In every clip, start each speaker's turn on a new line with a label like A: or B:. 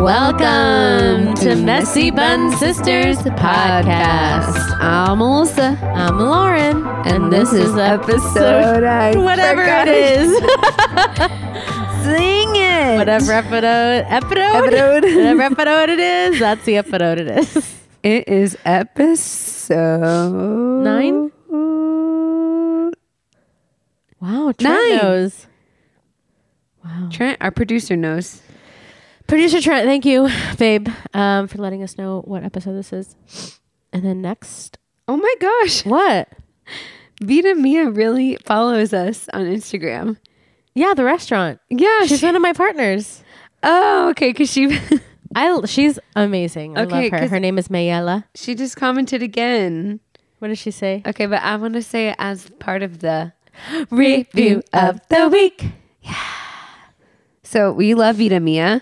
A: Welcome to Messy Bun Sisters podcast.
B: I'm Melissa,
A: I'm Lauren, and this is episode
B: I
A: whatever it is,
B: Sing it.
A: whatever episode episode
B: Episode.
A: whatever episode it is. That's the episode it is.
B: It is episode
A: Nine? Wow, Trent
B: Nine.
A: knows. Wow,
B: Trent, our producer knows.
A: producer Trent, thank you, babe, um, for letting us know what episode this is. And then next,
B: Oh my gosh,
A: what?
B: Vita Mia really follows us on Instagram.
A: Yeah, the restaurant.
B: Yeah.
A: She's
B: she-
A: one of my partners.
B: oh, okay. Because she
A: I she's amazing. I
B: Okay,
A: love her.
B: 'cause-
A: Her name is Mayela.
B: she just commented again.
A: What does she say?
B: Okay, but I want to say it as part of the
A: Review of
B: the week. Yeah. So we love Vita Mia.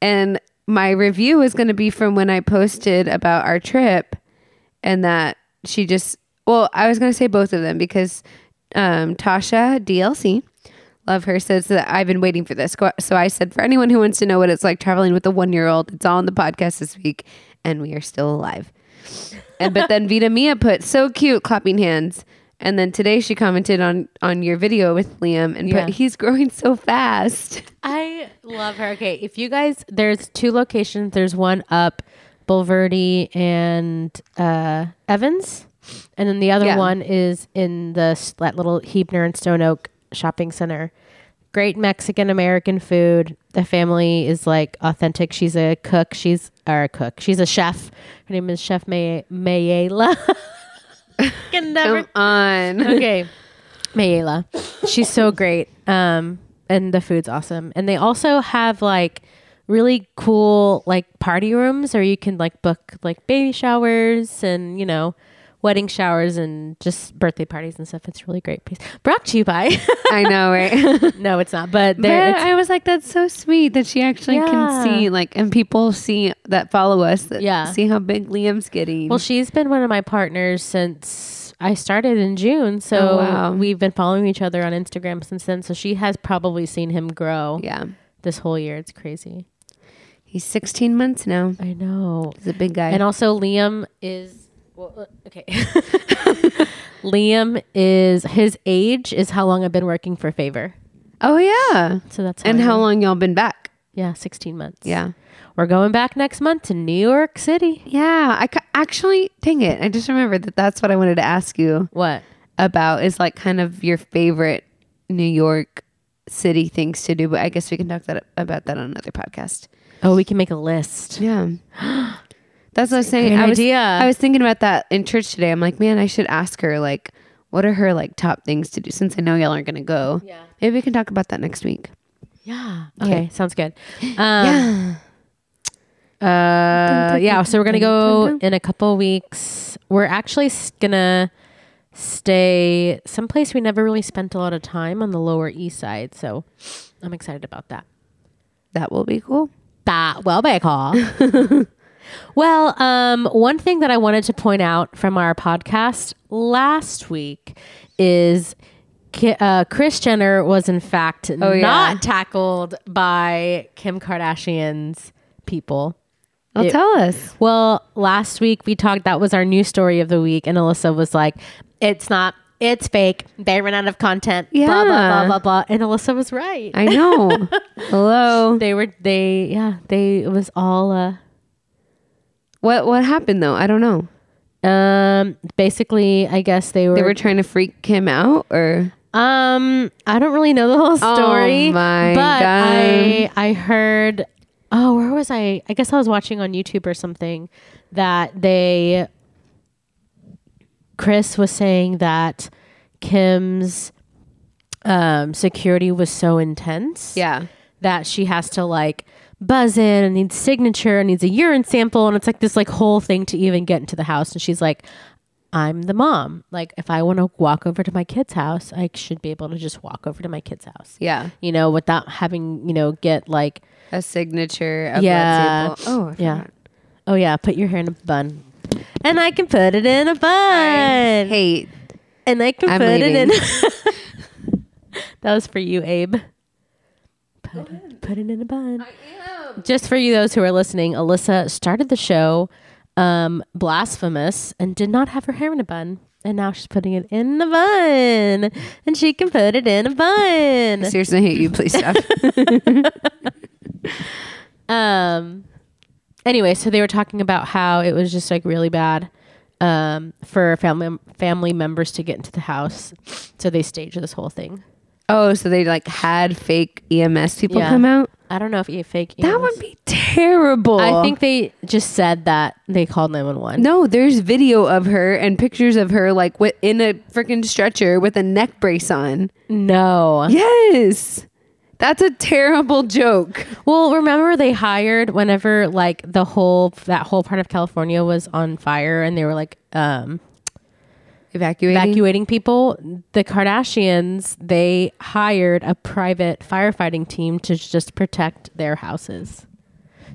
B: And my review is going to be from when I posted about our trip and that she just, well, I was going to say both of them because um, Tasha DLC, love her, says that I've been waiting for this. Go- So I said, for anyone who wants to know what it's like traveling with a one year old, it's all on the podcast this week. And we are still alive. and but then Vita Mia put so cute clapping hands. And then today she commented on on your video with Liam and
A: Yeah.
B: put he's growing so fast.
A: I love her. Okay, if you guys, there's two locations. There's one up Bulverde and uh, Evans, and then the other
B: Yeah.
A: one is in the s- that little Hebner and Stone Oak shopping center. Great Mexican American food. The family is like authentic. She's a cook. She's or a cook. She's a chef. Her name is Chef May Mayela. Can never
B: Come on.
A: okay. Mayela. She's so great. Um, and the food's awesome. And they also have like really cool like party rooms or you can like book like baby showers and, you know, wedding showers and just birthday parties and stuff. It's a really great place. Brought to you by
B: I know, right?
A: No, it's not, but
B: but
A: there it's
B: I was like, that's so sweet that she actually
A: Yeah.
B: can see like and people see that follow us that
A: Yeah.
B: see how big Liam's getting.
A: Well, she's been one of my partners since I started in June. So
B: Oh, wow.
A: we've been following each other on Instagram since then. So she has probably seen him grow
B: yeah.
A: this whole year. It's crazy.
B: He's sixteen months now.
A: I know.
B: He's a big guy.
A: And also, Liam is well, uh, okay. Liam is his age is how long I've been working for Favor.
B: oh yeah.
A: So that's how
B: And
A: I
B: how
A: know.
B: long y'all been back?
A: Yeah, sixteen months.
B: Yeah.
A: we're going back next month to New York City.
B: Yeah, I ca- actually, dang it, I just remembered that that's what I wanted to ask you
A: What?
B: about is like kind of your favorite New York City things to do, but I guess we can talk that about that on another podcast.
A: Oh, we can make a list.
B: Yeah. That's what I was saying.
A: great
B: I was,
A: idea.
B: I was thinking about that in church today. I'm like, man, I should ask her like what are her like top things to do since I know y'all aren't gonna go.
A: Yeah.
B: Maybe we can talk about that next week.
A: Yeah. Okay. Sounds good. Um, Uh, yeah. So we're gonna go in a couple weeks. We're actually s- gonna stay someplace we never really spent a lot of time on the Lower East Side. So I'm excited about that.
B: That will be cool.
A: That well back hall. well, um, one thing that I wanted to point out from our podcast last week is Ki- uh, Chris Jenner was in fact
B: Oh, yeah.
A: not tackled by Kim Kardashian's people.
B: Well, tell us.
A: Well, last week we talked. That was our news story of the week, and Alyssa was like, "It's not. It's fake. They ran out of content. Blah blah blah
B: Yeah.
A: blah blah." And Alyssa was right.
B: I know. Hello.
A: they were. They yeah. They it was all. Uh,
B: What what happened though? I don't know.
A: Um, basically, I guess they were.
B: They were trying to freak him out, or
A: um, I don't really know the whole story.
B: Oh my
A: but
B: God.
A: I I heard. Oh, where was I? I guess I was watching on YouTube or something that they. Chris was saying that Kim's um, security was so intense.
B: yeah,
A: that she has to like buzz in and needs signature and needs a urine sample and it's like this like whole thing to even get into the house and she's like I'm the mom. Like if I want to walk over to my kid's house, I should be able to just walk over to my kid's house.
B: yeah,
A: You know, without having, you know, get like
B: a signature, a
A: Yeah.
B: blood sample. Oh, I
A: yeah.
B: forgot.
A: Oh yeah, put your hair in a bun. And I can put it in a bun.
B: Hey,
A: And I can
B: I'm
A: put it in
B: leaving.
A: That was for you, Abe. Put it, put it in a bun. just for you those who are listening, Alyssa started the show um, blasphemous and did not have her hair in a bun. And now she's putting it in a bun. And she can put it in a bun.
B: Seriously, I hate you. Please stop.
A: Um anyway, so they were talking about how it was just like really bad um for family family members to get into the house. So they staged this whole thing.
B: oh, so they like had fake EMS people
A: Yeah.
B: come out.
A: I don't know if you fake
B: That would be terrible.
A: I think they just said that they called 911.
B: No, there's video of her and pictures of her like wi- in a freaking stretcher with a neck brace on.
A: No.
B: Yes. That's a terrible joke.
A: Well, remember they hired whenever like the whole that whole part of California was on fire and they were like um
B: Evacuating.
A: evacuating people, the Kardashians, they hired a private firefighting team to just protect their houses.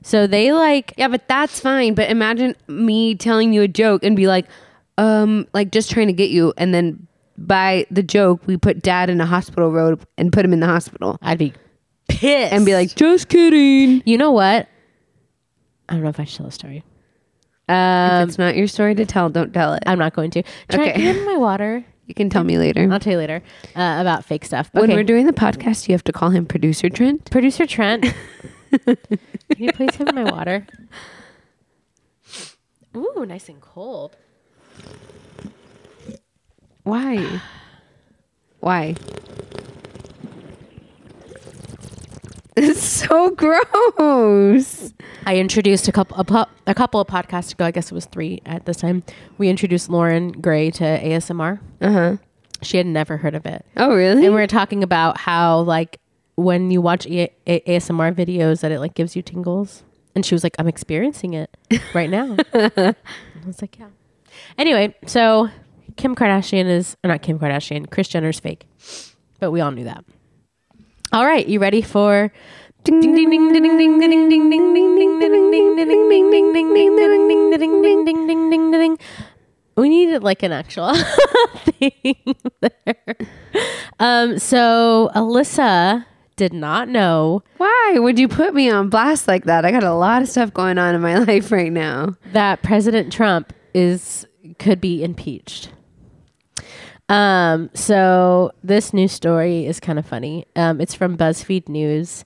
A: So they like
B: yeah, but that's fine. But imagine me telling you a joke and be like, um, like just trying to get you. And then by the joke, we put dad in a hospital road and put him in the hospital
A: I'd be pissed
B: and be like, just kidding.
A: you know what? I don't know if I should tell a story.
B: if it's not your story to tell, don't tell it.
A: I'm not going to. Try
B: Okay.
A: okay. in my water.
B: You can tell me later.
A: I'll tell you later uh, about fake stuff.
B: When
A: Okay.
B: we're doing the podcast, you have to call him producer Trent.
A: Producer Trent, can you please have my water? Ooh, nice and cold.
B: Why? Why? It's so gross.
A: I introduced a couple a, po- a couple of podcasts ago. I guess it was three at this time. We introduced Lauren Gray to ASMR.
B: Uh
A: Uh-huh.
B: huh.
A: She had never heard of it,
B: Oh, really?
A: and we were talking about how like when you watch e- A- ASMR videos that it like gives you tingles. And she was like, "I'm experiencing it right now." I was like, "Yeah." Anyway, so Kim Kardashian is or not Kim Kardashian. Kris Jenner's fake, but we all knew that. All right, you ready for? Ding ding ding ding ding ding ding ding ding ding ding ding ding ding ding ding ding ding ding ding ding ding ding ding ding ding ding. We needed like an actual thing there. Um, so Alyssa did not know
B: Why would you put me on blast like that? I got a lot of stuff going on in my life right now.
A: that President Trump is could be impeached. Um, so this news story is kind of funny. Um, it's from BuzzFeed News,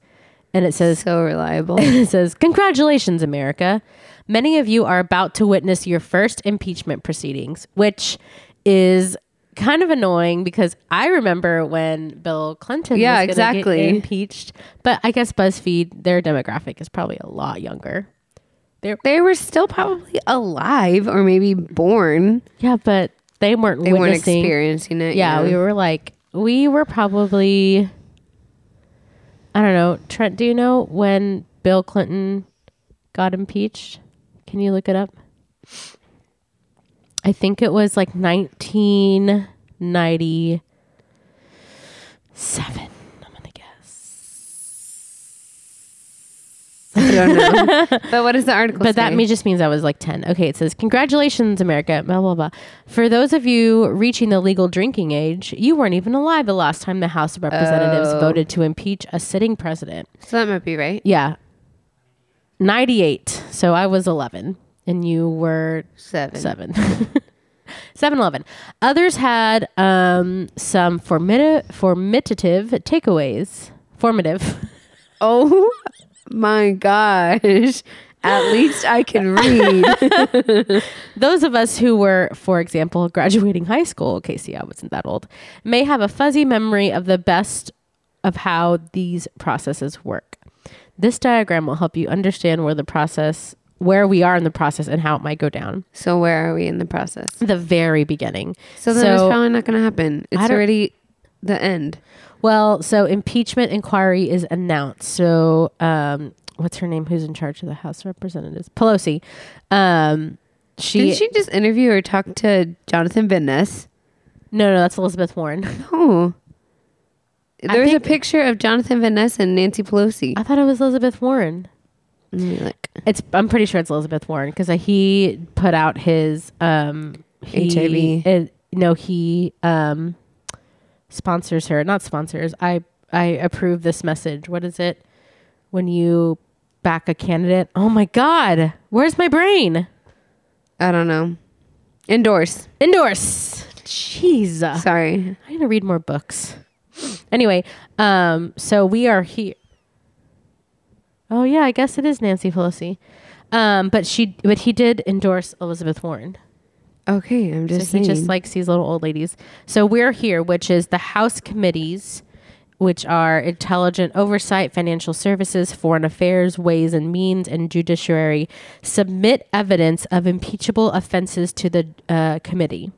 A: and it says
B: So reliable.
A: it says, Congratulations, America. Many of you are about to witness your first impeachment proceedings, which is kind of annoying because I remember when Bill Clinton
B: Yeah,
A: was gonna get
B: exactly.
A: impeached. But I guess BuzzFeed, their demographic is probably a lot younger. They're,
B: They were still probably alive or maybe born.
A: yeah, but they weren't
B: They weren't
A: witnessing.
B: experiencing it.
A: yeah, we were like, we were probably, I don't know. Trent, do you know when Bill Clinton got impeached? Can you look it up? I think it was like 1997. I'm going to guess.
B: I don't know. but what is the article?
A: But that
B: say?
A: me- just means I was like 10. Okay, it says, Congratulations, America, blah, blah, blah. For those of you reaching the legal drinking age, you weren't even alive the last time the House of Representatives voted to impeach a sitting president.
B: so that might be right.
A: Yeah. 98. So I was 11 and you were
B: Seven.
A: seven. 7 Eleven. Others had um, some formida- formative takeaways. Formative.
B: Oh my gosh. At least I can read.
A: Those of us who were, for example, graduating high school, Casey, I wasn't that old, may have a fuzzy memory of the best of how these processes work. This diagram will help you understand where the process, where we are in the process, and how it might go down.
B: So where are we in the process?
A: The very beginning.
B: So then it's probably not going to happen. It's
A: don't-
B: already the end.
A: Well, so impeachment inquiry is announced. So, um, what's her name? Who's in charge of the House of Representatives? Pelosi. Um, she,
B: Didn't she just interview or talk to Jonathan Van Ness?
A: no, no, that's Elizabeth Warren.
B: Oh.
A: I
B: There was a
A: think-
B: picture of Jonathan Van Ness and Nancy Pelosi.
A: I thought it was Elizabeth Warren.
B: Let me look.
A: It's I'm pretty sure it's Elizabeth Warren because he put out his um he-
B: HIV.
A: uh, no, he um sponsors her, not sponsors. I I approve this message. What is it? When you back a candidate. Oh my God. Where's my brain?
B: I don't know. Endorse.
A: Endorse. Jesus.
B: Sorry.
A: I need to read more books. Anyway, um, so we are here. Oh yeah, I guess it is Nancy Pelosi. Um, but she, but he did endorse Elizabeth Warren.
B: Okay, I'm
A: So
B: just
A: he just
B: saying.
A: likes these little old ladies. So we're here, which is the House committees, which are Intelligent Oversight, Financial Services, Foreign Affairs, Ways and Means, and Judiciary, submit evidence of impeachable offenses to the uh, committee.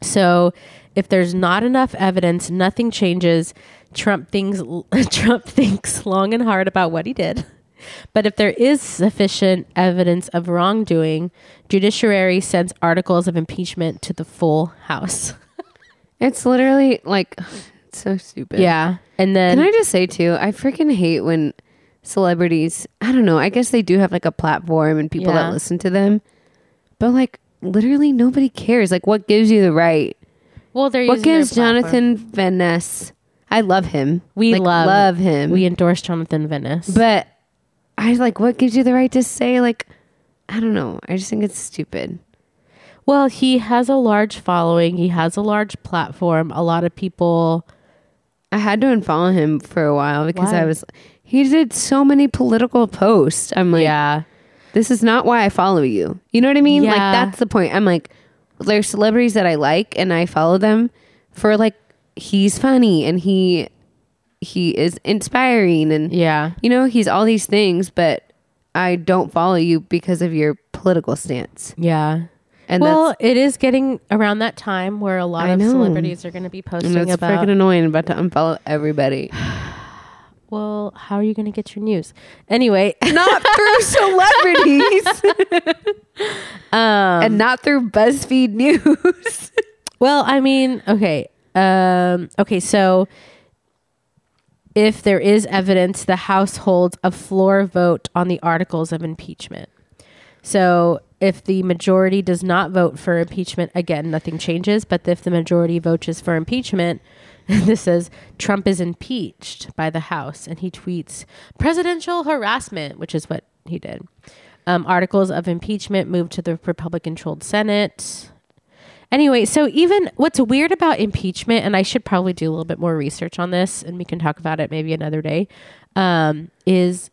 A: So if there's not enough evidence, nothing changes. Trump thinks Trump thinks long and hard about what he did. But if there is sufficient evidence of wrongdoing, judiciary sends articles of impeachment to the full house.
B: it's literally like it's so stupid.
A: Yeah. And then
B: Can I just say too, I freaking hate when celebrities, I don't know, I guess they do have like a platform and people
A: Yeah.
B: that listen to them. But like literally nobody cares. Like what gives you the right?
A: well they're
B: What
A: using their
B: gives
A: platform.
B: Jonathan Van Ness? I love him.
A: we
B: Like,
A: love
B: love him.
A: We endorse Jonathan Venice.
B: but I like what gives you the right to say like I don't know. I just think it's stupid.
A: Well, he has a large following. He has a large platform. A lot of people
B: I had to unfollow him for a while because
A: Why?
B: I was he did so many political posts. I'm like
A: Yeah.
B: this is not why I follow you. You know what I mean? Like
A: Yeah.
B: that's the point. I'm like, there's celebrities that I like and I follow them for like he's funny and he he is inspiring and
A: Yeah.
B: you know, he's all these things, but I don't follow you because of your political stance.
A: Yeah.
B: And
A: well, it is getting around that time where a lot
B: I
A: of
B: know.
A: celebrities are going to be
B: that's
A: posting
B: and that's
A: about.
B: freaking annoying about to unfollow everybody.
A: well, how are you going to get your news? Anyway,
B: not through celebrities.
A: Um,
B: and not through BuzzFeed News.
A: well, I mean, okay, um, okay. So, if there is evidence, the House holds a floor vote on the articles of impeachment. So, if the majority does not vote for impeachment, again, nothing changes. But if the majority votes for impeachment, this says Trump is impeached by the House, and he tweets presidential harassment, which is what he did. Um, articles of impeachment moved to the Republican controlled Senate. Anyway, so even what's weird about impeachment, and I should probably do a little bit more research on this, and we can talk about it maybe another day, um, is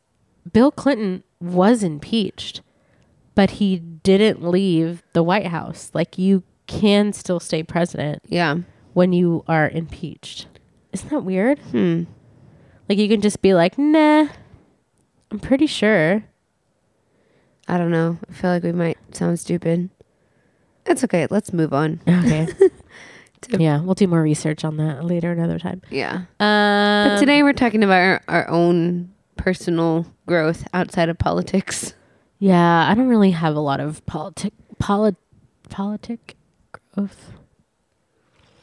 A: Bill Clinton was impeached, but he didn't leave the White House. Like, you can still stay president
B: yeah.
A: when you are impeached. Isn't that weird? Hmm. Like, you can just be like, nah, I'm pretty sure.
B: I don't know. I feel like we might sound stupid. That's okay. Let's move on.
A: Okay. yeah, we'll do more research on that later another time.
B: Yeah.
A: Um,
B: But today we're talking about our, our own personal growth outside of politics.
A: Yeah, I don't really have a lot of politic polit politic growth.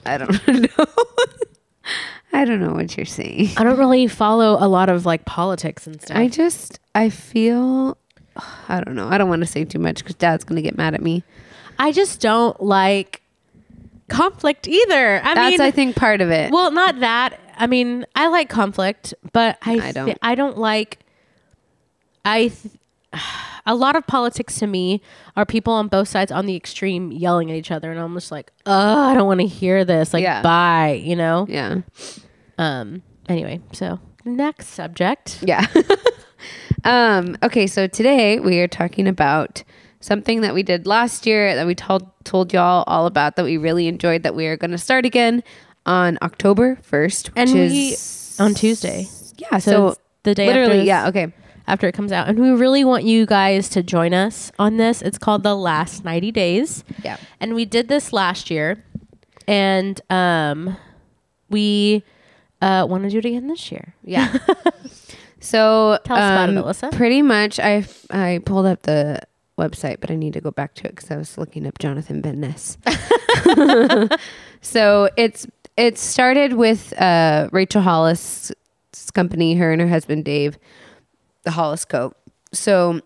B: I don't know. I don't know what you're saying.
A: I don't really follow a lot of like politics and stuff.
B: I just, I feel, I don't know. I don't want to say too much because dad's going to get mad at me.
A: I just don't like conflict either. I
B: That's,
A: mean,
B: I think, part of it.
A: well, not that. I mean, I like conflict, but I
B: I
A: I
B: don't.
A: don't I don't like I th- a lot of politics to me are people on both sides on the extreme yelling at each other and I'm just like, "Oh, I don't want to hear this." Like,
B: Yeah.
A: bye, you know?
B: yeah.
A: Um anyway, so next subject.
B: Yeah. um, okay, so today we are talking about something that we did last year that we told told y'all all about that we really enjoyed that we are going to start again on October 1st, which
A: and
B: is
A: we on Tuesday so
B: yeah, Uh, so,
A: it's the day after
B: literally,
A: this.
B: yeah, okay.
A: after it comes out. And we really want you guys to join us on this. It's called The Last 90 Days.
B: Yeah.
A: And we did this last year and um we uh want to do it again this year.
B: Yeah. so um,
A: Tell us about it, Alyssa.
B: Pretty much, I I pulled up the website, but I need to go back to it because I was looking up Jonathan Van Ness. so it's it started with uh, Rachel Hollis' company, her and her husband Dave, the Hollis Co. So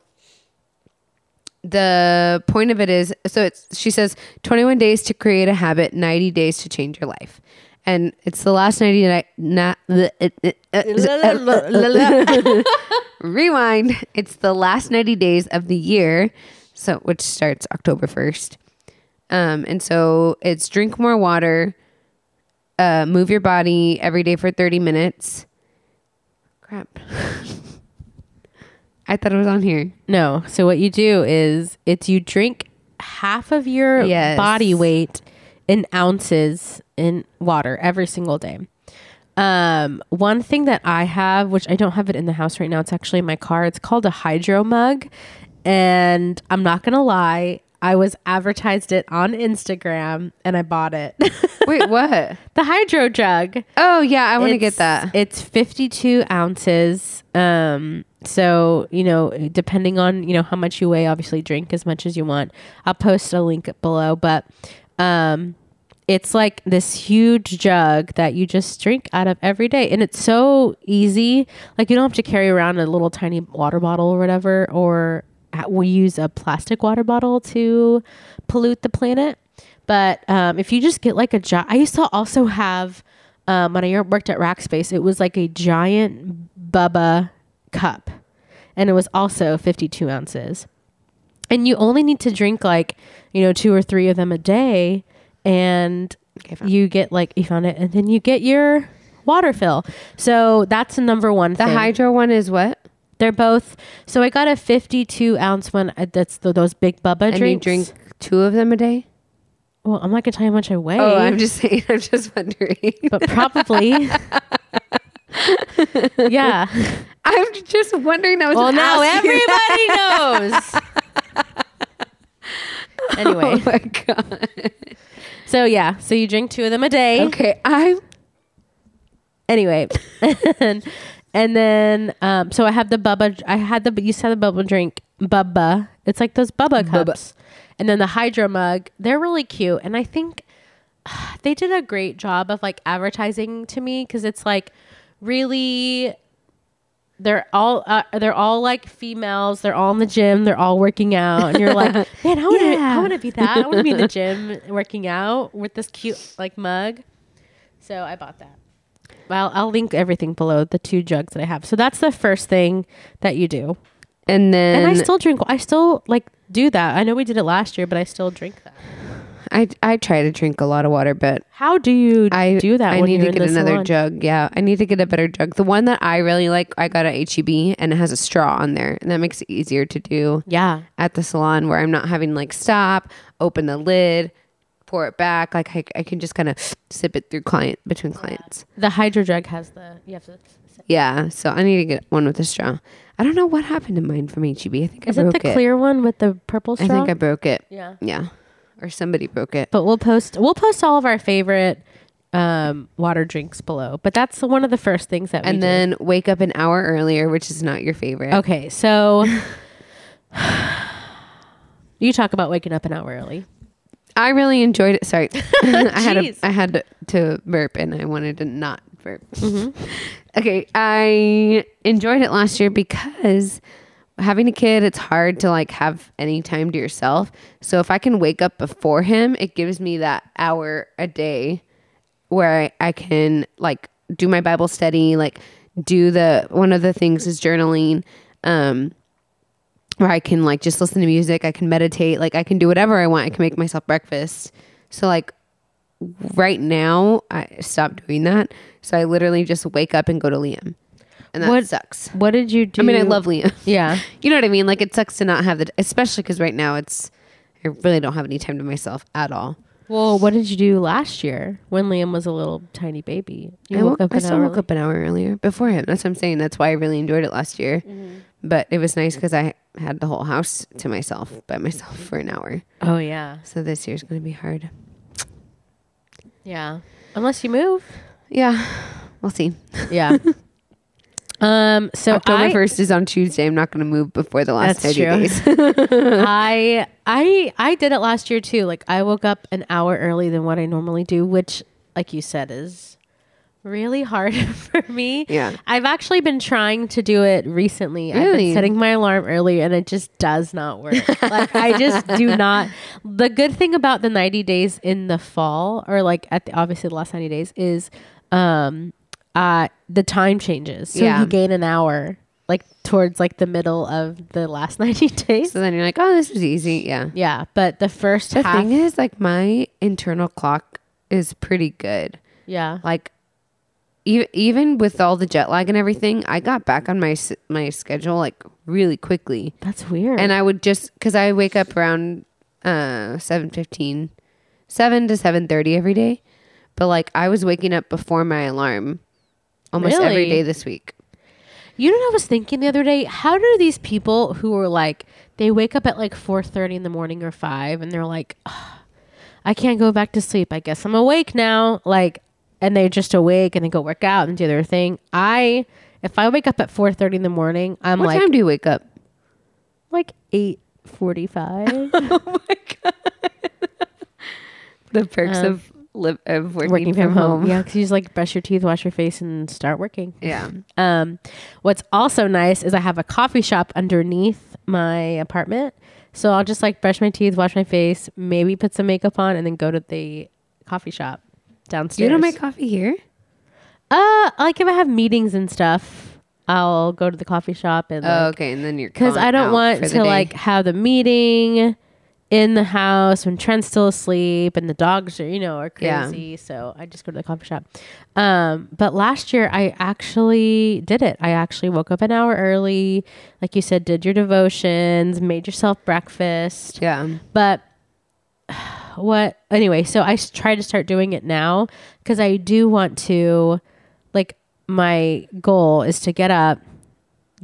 B: the point of it is so it's she says 21 days to create a habit 90 days to change your life uh, and it's the last 90 night not Rewind. It's the last 90 days of the year, so which starts October 1st. Um, and so it's drink more water, uh, move your body every day for 30 minutes. Crap. I thought it was on here.
A: No. So what you do is it's you drink half of your
B: Yes.
A: body weight in ounces in water every single day. Um, one thing that I have, which I don't have it in the house right now, it's actually in my car. It's called a hydro mug, and I'm not gonna lie, I was advertised it on Instagram, and I bought it.
B: Wait, what?
A: the hydro jug.
B: Oh, yeah, I want to get
A: It's-
B: that.
A: It's 52 ounces. Um, so, you know, depending on, you know, how much you weigh, obviously drink as much as you want. I'll post a link below, but um, it's like this huge jug that you just drink out of every day. And it's so easy. Like, you don't have to carry around a little tiny water bottle or whatever, or uh, we use a plastic water bottle to pollute the planet. But um, if you just get like a jug, I used to also have um, when I worked at Rackspace, it was like a giant Bubba cup, and it was also 52 ounces. And you only need to drink like, you know, two or three of them a day, and you get like you found it, and then you get your water fill. So that's the number one.
B: The
A: thing.
B: hydro one is what?
A: They're both. So I got a 52 ounce one. uh, That's the, those big Bubba
B: And
A: drinks.
B: you drink two of them a day?
A: Well, I'm not gonna tell you how much I weigh.
B: Oh, I'm just saying. I'm just wondering.
A: but probably. yeah.
B: I'm just wondering. That was
A: Well,
B: an
A: now
B: ask.
A: everybody knows. anyway,
B: Oh my god.
A: so yeah, so you drink two of them a day.
B: Okay, I'm
A: Anyway, and, and then um, so I have the Bubba. I had the you said the Bubba drink Bubba. It's like those Bubba
B: Bubba.
A: cups, and then the Hydro mug. They're really cute, and I think they did a great job of like advertising to me because it's like really they're all uh, they're all like females they're all in the gym they're all working out and you're like man i want to
B: Yeah.
A: i want to be that i want to be in the gym working out with this cute like mug so i bought that well i'll link everything below the two jugs that i have so that's the first thing that you do
B: and
A: and,
B: then
A: i still drink i still like do that i know we did it last year but i still drink that
B: I I try to drink a lot of water, but
A: how do you
B: I
A: do that
B: I
A: when
B: need
A: you're
B: to
A: in
B: get
A: the
B: another
A: salon?
B: jug. Yeah, I need to get a better jug. The one that I really like, I got at HEB, and it has a straw on there, and that makes it easier to do
A: yeah
B: at the salon where I'm not having like stop, open the lid, pour it back. Like I, I can just kind of sip it through client between clients.
A: The hydro jug has the you have to.
B: Yeah, so I need to get one with a straw. I don't know what happened to mine from HEB. I think
A: Is
B: I
A: it
B: broke
A: the clear one with the purple
B: I
A: straw?
B: think I broke it.
A: yeah.
B: Yeah, or somebody broke it.
A: But we'll post we'll post all of our favorite um, water drinks below. But that's one of the first things that we
B: and
A: do.
B: then wake up an hour earlier, which is not your favorite.
A: okay, so you talk about waking up an hour early.
B: I really enjoyed it. Sorry, I had a,
A: Jeez.
B: I had to burp, and I wanted to not burp. okay, I enjoyed it last year because having a kid, it's hard to like have any time to yourself. So if I can wake up before him, it gives me that hour a day where I, I can like do my Bible study, like do the one of the things is journaling. Um, where I can like just listen to music, I can meditate, like I can do whatever I want. I can make myself breakfast. So like right now, I stopped doing that. So I literally just wake up and go to Liam, and that
A: What-
B: sucks.
A: What did you do?
B: I mean, I love Liam.
A: Yeah.
B: you know what I mean? Like it sucks to not have the, especially because right now it's, I really don't have any time to myself at all.
A: Well, what did you do last year when Liam was a little tiny baby? You
B: I woke, I
A: an
B: still
A: hour
B: woke
A: early?
B: up an hour earlier before him. That's what I'm saying. That's why I really enjoyed it last year.
A: Mm-hmm.
B: But it was nice because I had the whole house to myself by myself for an hour.
A: Oh yeah,
B: So this year's going to be hard.
A: yeah. Unless you move.
B: Yeah, we'll see.
A: Yeah. um. So
B: October
A: I,
B: first is on Tuesday. I'm not going to move before the last
A: That's
B: thirty
A: true.
B: days.
A: I I I did it last year too. Like I woke up an hour early than what I normally do, which like you said is really hard for me.
B: Yeah.
A: I've actually been trying to do it recently. I've been
B: Really?
A: setting my alarm early and it just does not work. like I just do not the good thing about the 90 days in the fall or like at the obviously the last 90 days is um uh the time changes. So
B: Yeah.
A: you gain an hour like towards like the middle of the last 90 days.
B: So then you're like, oh, this is easy. Yeah.
A: Yeah, but the first
B: The
A: half.
B: thing is, like, my internal clock is pretty good.
A: yeah.
B: Like, e- even with all the jet lag and everything, I got back on my s- my schedule like really quickly.
A: That's weird.
B: and I would just because I wake up around uh 7:15, 7 to 7:30 every day. But like I was waking up before my alarm almost every
A: Really?
B: day this week.
A: You know what I was thinking the other day? How do these people who are like they wake up at like four thirty in the morning or five and they're like, "Ugh, I can't go back to sleep. I guess I'm awake now. Like and they're just awake and they go work out and do their thing. I if I wake up at four thirty in the morning, I'm
B: What
A: like
B: time do you wake up?
A: like eight forty five
B: Oh The perks of live of working,
A: working
B: from, home.
A: Yeah, because you just like brush your teeth, wash your face and start working.
B: Yeah.
A: Um, what's also nice is I have a coffee shop underneath my apartment. So I'll just like brush my teeth, wash my face, maybe put some makeup on, and then go to the coffee shop downstairs.
B: You don't make coffee here?
A: uh like if I have meetings and stuff, I'll go to the coffee shop and
B: Oh, okay. And then you're
A: because
B: gone
A: I
B: out
A: don't want
B: for the
A: to
B: day.
A: like have the meeting in the house when Trent's still asleep and the dogs are you know are
B: Yeah.
A: crazy. So I just go to the coffee shop. Um, but last year I actually did it. I actually woke up an hour early, like you said, did your devotions, made yourself breakfast.
B: Yeah.
A: But what anyway? So I s- try to start doing it now because I do want to. Like my goal is to get up.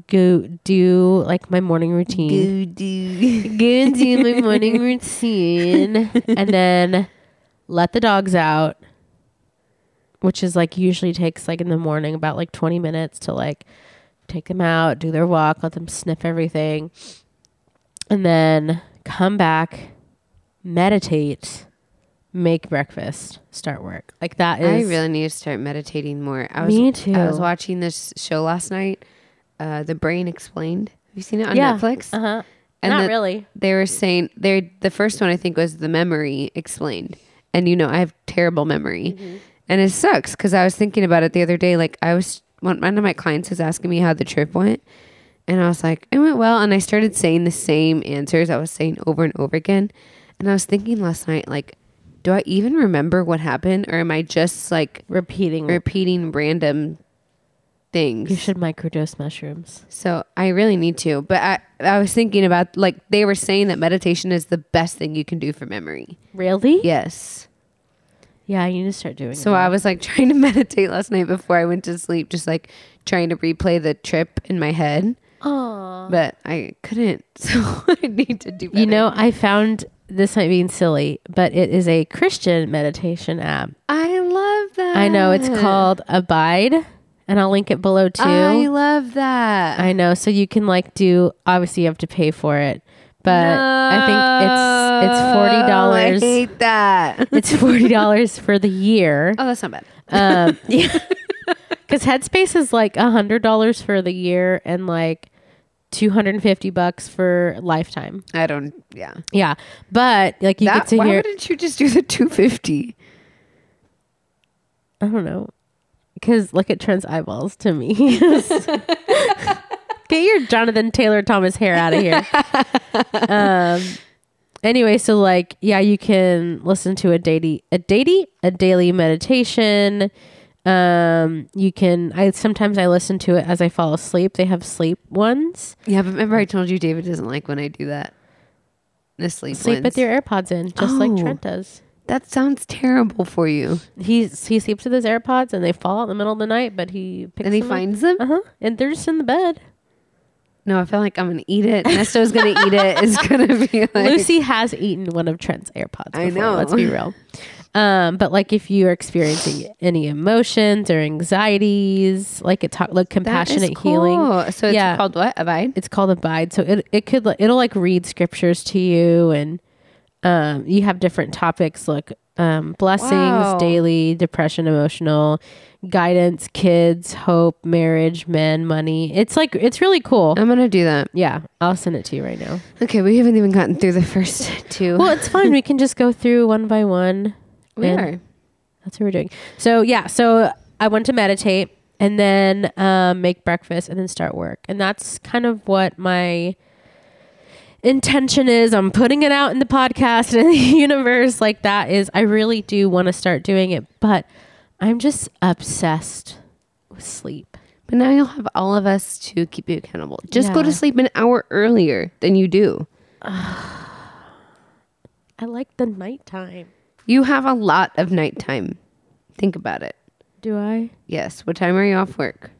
A: Go do like my morning routine
B: do.
A: go do my morning routine and then let the dogs out which is like usually takes like in the morning about like 20 minutes to like take them out do their walk let them sniff everything and then come back meditate make breakfast start work like that
B: I
A: is
B: really need to start meditating more. I was
A: Me
B: I was
A: too.
B: watching this show last night, uh, The Brain Explained. Have you seen it on
A: Yeah.
B: Netflix?
A: uh-huh
B: And
A: not
B: the-
A: really
B: they were saying they the first one I think was the memory explained, and you know I have terrible memory,
A: Mm-hmm.
B: and it sucks because I was thinking about it the other day. Like I was one, one of my clients was asking me how the trip went, and I was like it went well, and I started saying the same answers I was saying over and over again, and I was thinking last night like, do I even remember what happened, or am I just like
A: repeating
B: repeating random things?
A: you should microdose mushrooms
B: So I really need to, but I I was thinking about like they were saying that meditation is the best thing you can do for memory.
A: really yeah,
B: Yes.
A: yeah you need to start doing
B: So I was like trying to meditate last night before I went to sleep, just like trying to replay the trip in my head,
A: oh
B: but I couldn't. So I need to do. Better.
A: You know, I found this might be silly, but it is a Christian meditation app.
B: I love that.
A: I know
B: Ah.
A: it's called Abide, and I'll link it below too.
B: I
A: I,
B: love that.
A: know, so you can like do. Obviously, you have to pay for it, but I think it's it's forty
B: No, I
A: dollars.
B: hate that.
A: It's forty dollars for the year.
B: Oh, that's not bad.
A: Um, yeah, because Headspace is like a hundred dollars for the year and like two hundred and fifty bucks for lifetime.
B: I don't. Yeah.
A: Yeah, but like you
B: That,
A: get to
B: why
A: hear.
B: wouldn't you just do the two fifty?
A: I don't know. Because look at Trent's eyeballs to me. Get your Jonathan Taylor Thomas hair out of here. um, anyway, so like, yeah, you can listen to a daily, a daily, a daily meditation. Um, you can. I sometimes I listen to it as I fall asleep. They have sleep ones.
B: Yeah, but remember I told you David doesn't like when I do that. The sleep,
A: Sleep
B: ones.
A: with your AirPods in, just like
B: Oh.
A: Trent does.
B: That sounds terrible for you.
A: He's he sleeps with his AirPods and they fall out in the middle of the night, but he picks
B: and he
A: them
B: finds them.
A: Uh huh. And they're just in the bed.
B: No, I feel like I'm gonna eat it. Nesto's gonna eat it. It's gonna be like
A: Lucy has eaten one of Trent's AirPods. Before,
B: I know.
A: Let's be real. Um, but like, if you are experiencing any emotions or anxieties, like it talk like
B: That is
A: compassionate healing,
B: cool. So it's
A: Yeah.
B: called what? Abide.
A: it's called Abide. So it it could like, it'll like read scriptures to you, and um, you have different topics like um, blessings,
B: Wow.
A: daily, depression, emotional, guidance, kids, hope, marriage, men, money. It's like it's really cool.
B: I'm gonna do that.
A: yeah, I'll send it to you right now.
B: Okay, we haven't even gotten through the first two.
A: Well, it's fine. we can just go through one by one.
B: we
A: and
B: are.
A: That's what we're doing. So yeah, so I went to meditate and then um, make breakfast and then start work. And that's kind of what my intention is. I'm putting it out in the podcast and in the universe like that is I really do want to start doing it, but I'm just obsessed with sleep.
B: But now you'll have all of us to keep you accountable. Just go to
A: Yeah.
B: sleep an hour earlier than you do.
A: I like the nighttime.
B: You have a lot of nighttime. Think about it.
A: Do I?
B: Yes. What time are you off work?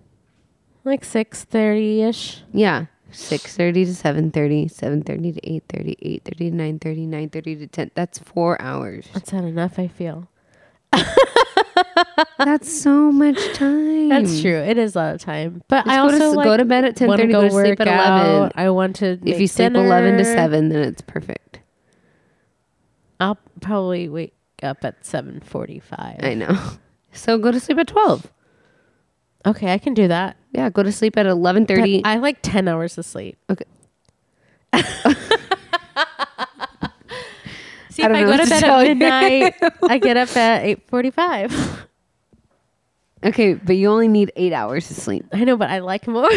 A: Like 6:30ish.
B: Yeah. 6.30 to 7.30, 7.30 to 8.30, 8.30 to 9.30, 9.30 to 10. That's four hours.
A: That's not enough, I feel.
B: That's so much time.
A: That's true. It is a lot of time. But I
B: Just Hmm. go to
A: also
B: s-
A: like,
B: go to bed at
A: wanna
B: 10:30, go to sleep
A: work
B: at 11.
A: out. I want to
B: If
A: make
B: you sleep 11 to
A: dinner.
B: 7, then it's perfect.
A: I'll probably wake up at 7:45.
B: I know. So go to sleep at 12.
A: Okay, I can do that.
B: Yeah, go to sleep at
A: But
B: 11.30.
A: I like 10 hours of sleep.
B: Okay.
A: See,
B: I
A: if
B: don't
A: I
B: know
A: go
B: what
A: to
B: to
A: bed
B: tell
A: at
B: you.
A: midnight, I get up at 8:45.
B: okay, but you only need eight hours of sleep.
A: I know, but I like more.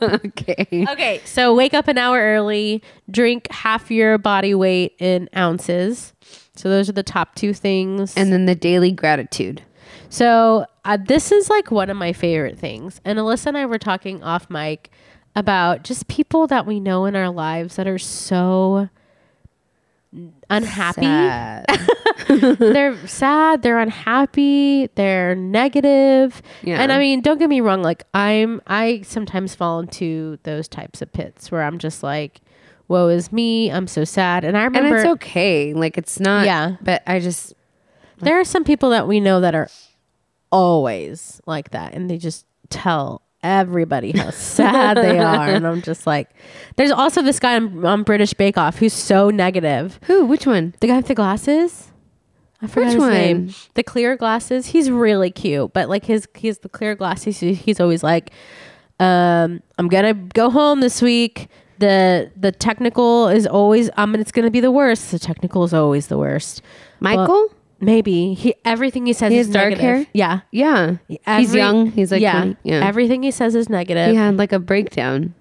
B: okay.
A: okay, so wake up an hour early, drink half your body weight in ounces. So those are the top two things.
B: And then the daily gratitude.
A: So uh, this is like one of my favorite things. And Alyssa and I were talking off mic about just people that we know in our lives that are so unhappy.
B: Sad.
A: they're sad, they're unhappy, they're negative.
B: Yeah.
A: And I mean, don't get me wrong, like I'm I sometimes fall into those types of pits where I'm just like, woe is me, I'm so sad. And I
B: and
A: remember
B: it's okay. Like, it's not.
A: Yeah.
B: But I just,
A: there are some people that we know that are always like that and they just tell everybody how sad they are and i'm just like there's also this guy on, on british bake off who's so negative
B: who? Which one?
A: the guy with the glasses i forgot
B: Which
A: his
B: one?
A: name the clear glasses he's really cute but like his he's the clear glasses he- he's always like um i'm gonna go home this week the the technical is always um it's gonna be the worst the technical is always the worst
B: Michael?
A: Maybe he everything he says
B: He
A: is
B: has dark
A: negative.
B: hair?
A: Yeah,
B: yeah. he's
A: Every-
B: young. He's like,
A: yeah.
B: 20. yeah.
A: Everything he says is negative.
B: he
A: Yeah.
B: had like a breakdown.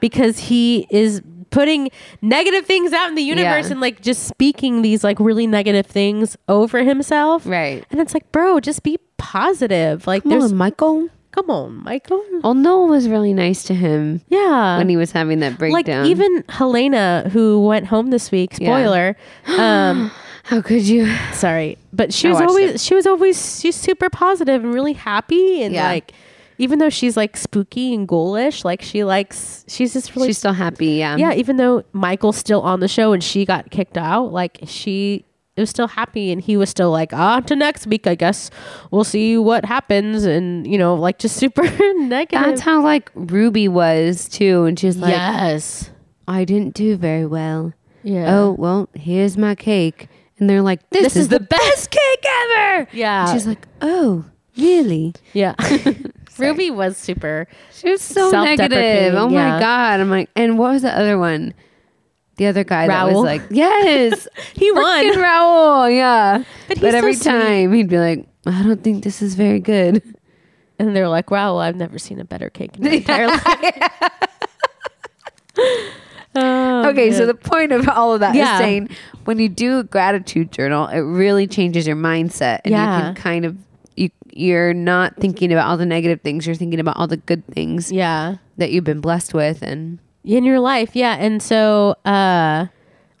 A: because he is putting negative things out in the universe
B: Yeah.
A: and like just speaking these like really negative things over himself.
B: Right.
A: And it's like, bro, just be positive. Like,
B: Come
A: there's
B: on, Michael.
A: come on, Michael.
B: Oh, Noel was really nice to him
A: Yeah,
B: when he was having that
A: like
B: breakdown.
A: even Helena who went home this week. Spoiler. Um,
B: how could you?
A: sorry but she
B: I
A: was
B: watched
A: always she was always she's super positive and really happy and
B: Yeah.
A: like even though she's like spooky and ghoulish like she likes she's just really
B: She's still happy. Yeah.
A: yeah even though michael's still on the show and she got kicked out like she was still happy and he was still like on to next week i guess we'll see what happens and you know like just super negative
B: That's how like Ruby was too. And she's like,
A: yes
B: I didn't do very well.
A: yeah
B: Oh, well, here's my cake. And they're like, this,
A: This
B: is,
A: is
B: the best cake ever.
A: Yeah.
B: And she's like, oh, really?
A: yeah ruby was super
B: She was so negative.
A: Self-deprecating,
B: Oh my
A: yeah.
B: God. I'm like, and what was the other one? The other guy that was
A: Raoul.
B: like, yes,
A: he
B: freaking
A: won
B: Raoul. Yeah.
A: But he's so
B: every
A: sweet.
B: time he'd be like, I don't think this is very good.
A: and they're like wow i've never seen a better cake in my entire life Oh,
B: Okay, so
A: man.
B: the point of all of that is
A: Yeah.
B: saying when you do a gratitude journal, it really changes your mindset, and
A: Yeah.
B: you can kind of you you're not thinking about all the negative things. You're thinking about all the good things
A: yeah
B: that you've been blessed with, and
A: in your life yeah and so uh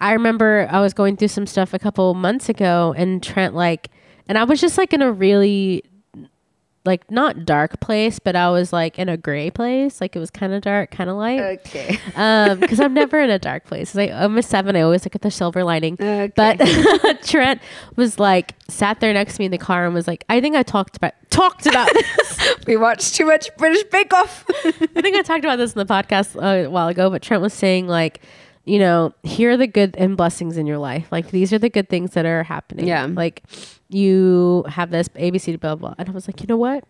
A: i remember i was going through some stuff a couple months ago and trent like and i was just like in a really like not dark place but i was like in a gray place like it was kind of dark kind of light
B: okay,
A: um because i'm never in a dark place 'Cause I, i'm a seven i always look at the silver lining
B: Okay.
A: but trent was like sat there next to me in the car and was like i think i talked about talked about this
B: we watched too much British Bake Off.
A: i think i talked about this in the podcast uh, a while ago but trent was saying like you know here are the good and blessings in your life like these are the good things that are happening
B: Yeah.
A: like you have this abc blah blah and i was like you know what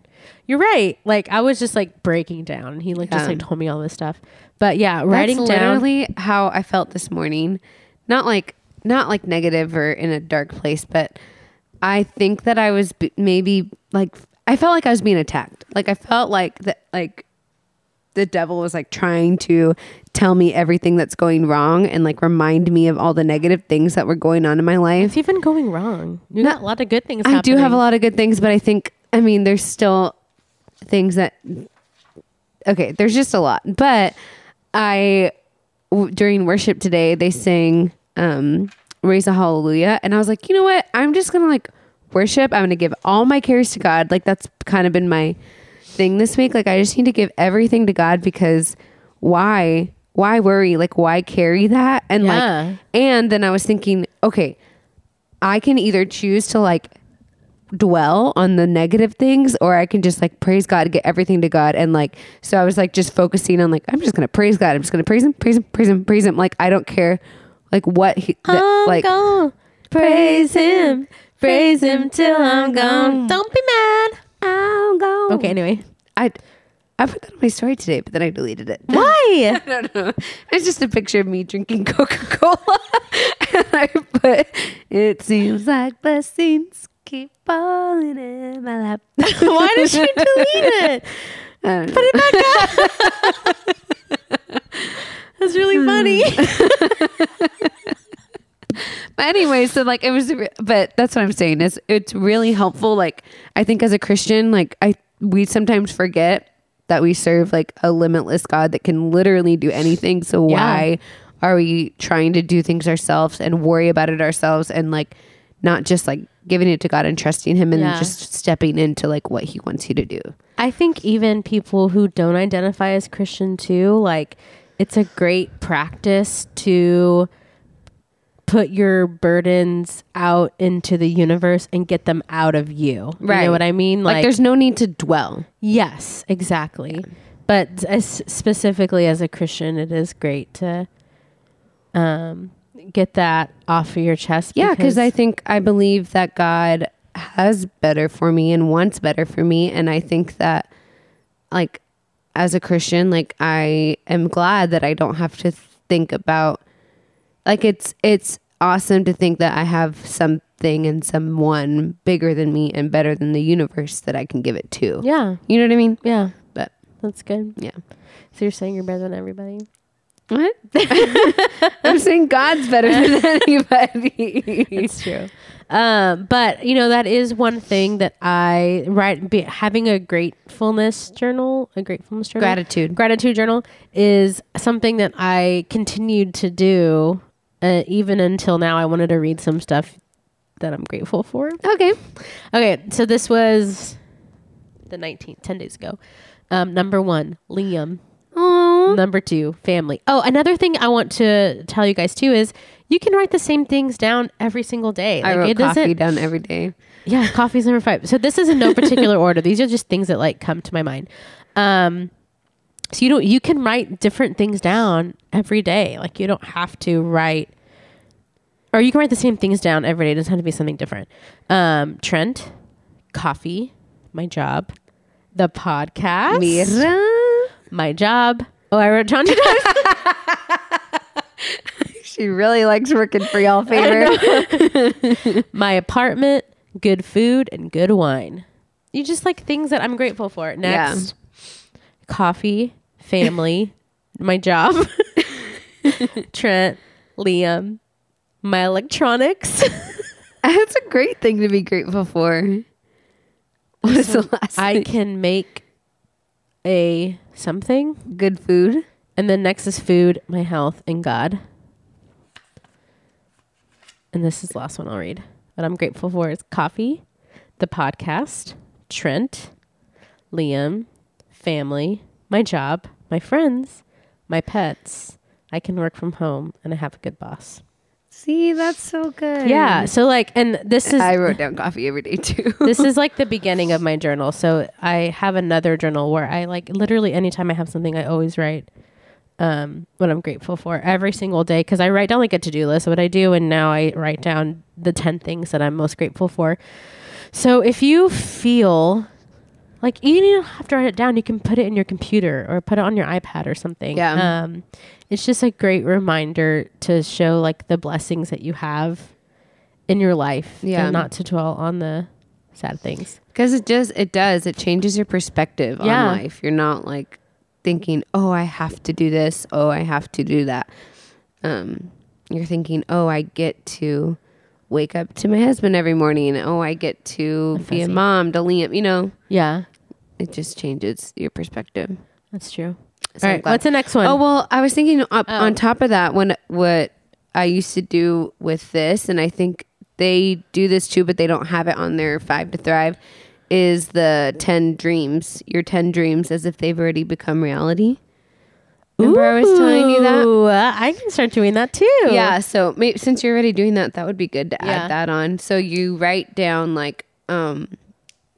A: you're right like i was just like breaking down and he like just
B: Yeah.
A: like told me all this stuff but yeah writing
B: That's
A: down
B: literally how I felt this morning. Not like not like negative or in a dark place, but I think that I was b- maybe like I felt like I was being attacked. Like I felt like that like the devil was like trying to tell me everything that's going wrong and like remind me of all the negative things that were going on in my life.
A: It's even going wrong. You got a lot of good things.
B: I do have a
A: happening.
B: lot of good things, but I think I mean there's still things that okay, there's just a lot. But I w- during worship today they sing um raise a hallelujah and I was like, "You know what? I'm just going to like worship. I'm going to give all my cares to God." Like that's kind of been my thing this week. Like I just need to give everything to God because why why worry? Like why carry that? And
A: Yeah.
B: like and then I was thinking, okay, I can either choose to like dwell on the negative things or I can just like praise God, get everything to God. And like, so I was like just focusing on like, I'm just going to praise God. I'm just going to praise him, praise him, praise him, praise him. Like, I don't care like what he, th-
A: I'm
B: like,
A: gone. Praise him. Praise him till I'm gone. Don't be mad.
B: I'm gone.
A: Okay, anyway.
B: I, I put that on my story today, but then I deleted it.
A: Why?
B: I don't know. It's just a picture of me drinking Coca Cola. and I put, it seems like blessings keep falling in my lap.
A: Why did you delete it?
B: I don't know.
A: That's really funny.
B: But anyway, so like it was, re- but that's what I'm saying is it's really helpful. Like I think as a Christian, like I we sometimes forget that we serve like a limitless God that can literally do anything. So
A: Yeah.
B: why are we trying to do things ourselves and worry about it ourselves and like not just like giving it to God and trusting Him and
A: Yeah.
B: just stepping into like what He wants you to do.
A: I think even people who don't identify as Christian too, like it's a great practice to put your burdens out into the universe and get them out of you. You
B: Right.
A: know what I mean?
B: Like, there's no need to dwell.
A: Yes, exactly. But as specifically as a Christian, it is great to um, get that off of your chest.
B: Yeah, because I think I believe that God has better for me and wants better for me. And I think that, like, as a Christian, like, I am glad that I don't have to think about, like, it's, it's awesome to think that I have something and someone bigger than me and better than the universe that I can give it to.
A: yeah,
B: You know what I mean?
A: yeah,
B: But
A: that's good.
B: yeah.
A: So you're saying you're better than everybody.
B: What? I'm saying God's better than anybody.
A: it's true. Um, but you know that is one thing that I right be, having a gratefulness journal, a gratefulness journal,
B: Gratitude.
A: gratitude journal is something that I continued to do uh, even until now. I wanted to read some stuff that I'm grateful for.
B: Okay.
A: Okay, so this was the 19th, 10 days ago. Um, number one, Liam.
B: Oh.
A: Number two, family. Oh, another thing I want to tell you guys too is you can write the same things down every single day.
B: I wrote
A: it doesn't-
B: coffee down every day.
A: Yeah, coffee's number five. So this is in no particular order. These are just things that like come to my mind. Um, so you don't you can write different things down every day. Like you don't have to write, or you can write the same things down every day. It doesn't have to be something different. Um, Trent, coffee, my job, the podcast,
B: Mira.
A: my job. Oh, I wrote John to
B: She really likes working for y'all favor.
A: my apartment, good food, and good wine. You just like things that I'm grateful for. Next, coffee, family, my job, Trent, Liam, my electronics.
B: That's a great thing to be grateful for. What is the last
A: I
B: thing?
A: can make a something.
B: good food?
A: And then next is food, my health, and God. And this is the last one I'll read. What I'm grateful for is coffee, the podcast, Trent, Liam, family, my job, my friends, my pets. I can work from home and I have a good boss.
B: See, that's so good.
A: Yeah. So like and this is
B: I wrote down coffee every day too.
A: this is like the beginning of my journal. So I have another journal where I like literally anytime I have something, I always write um, what I'm grateful for every single day because I write down like a to do list of what I do, and now I write down the 10 things that I'm most grateful for. So if you feel like you don't have to write it down, you can put it in your computer or put it on your iPad or something.
B: Yeah.
A: Um, it's just a great reminder to show like the blessings that you have in your life
B: Yeah.
A: and not to dwell on the sad things.
B: Because it just it does it changes your perspective
A: Yeah.
B: on life. You're not like thinking, oh, I have to do this. Oh, I have to do that. Um, you're thinking, oh, I get to wake up to my husband every morning. Oh, I get to be a
A: fussy.
B: mom to Liam. You know,
A: Yeah,
B: it just changes your perspective.
A: that's true.
B: So
A: All
B: I'm
A: right,
B: glad-
A: what's the next one?
B: Oh well, I was thinking up, on top of that, when what I used to do with this, and I think they do this too, but they don't have it on their five to thrive. Is the ten dreams your ten dreams as if they've already become reality? Remember, I was telling you that.
A: Ooh, uh, I can start doing that too.
B: Yeah, so may since you're already doing that, that would be good to
A: Yeah.
B: add that on. So you write down like um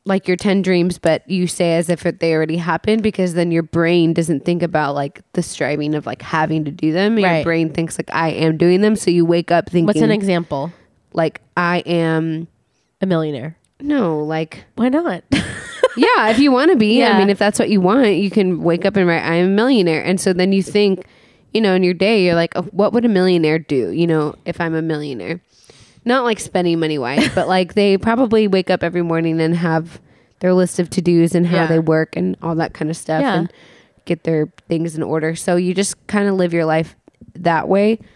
B: like your 10 dreams, but you say as if it- they already happened because then your brain doesn't think about like the striving of like having to do them. Your
A: Right.
B: brain thinks like I am doing them, so you wake up thinking
A: What's an example?
B: like I am
A: A millionaire.
B: no, like
A: Why not?
B: yeah, if you want to be,
A: Yeah.
B: I mean, if that's what you want, you can wake up and write, I'm a millionaire. And so then you think, you know, in your day, you're like, oh, what would a millionaire do, you know, if I'm a millionaire? Not like spending money wise, but like they probably wake up every morning and have their list of to dos and how
A: Yeah.
B: they work and all that kind of stuff
A: Yeah.
B: and get their things in order. So you just kind of live your life that way.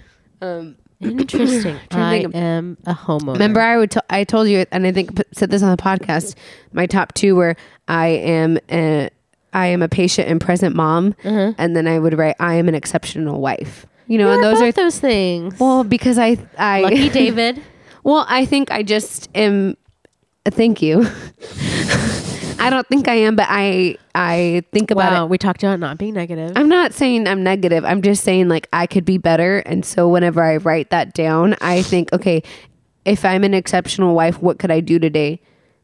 A: Interesting.
B: to
A: I
B: think of-
A: am a homeowner.
B: Remember, I would t- I told you, and I think p- said this on the podcast. My top two were I am a, I am a patient and present mom,
A: Mm-hmm.
B: and then I would write I am an exceptional wife. You know,
A: What
B: and
A: are
B: those
A: both
B: are
A: those things.
B: well because I I
A: Lucky David.
B: well I think I just am. Thank you. I don't think I am, but I I think about it
A: wow, Uh, we talked about not being negative.
B: I'm not saying I'm negative. I'm just saying like I could be better. And so whenever I write that down, I think, okay, if I'm an exceptional wife, what could I do today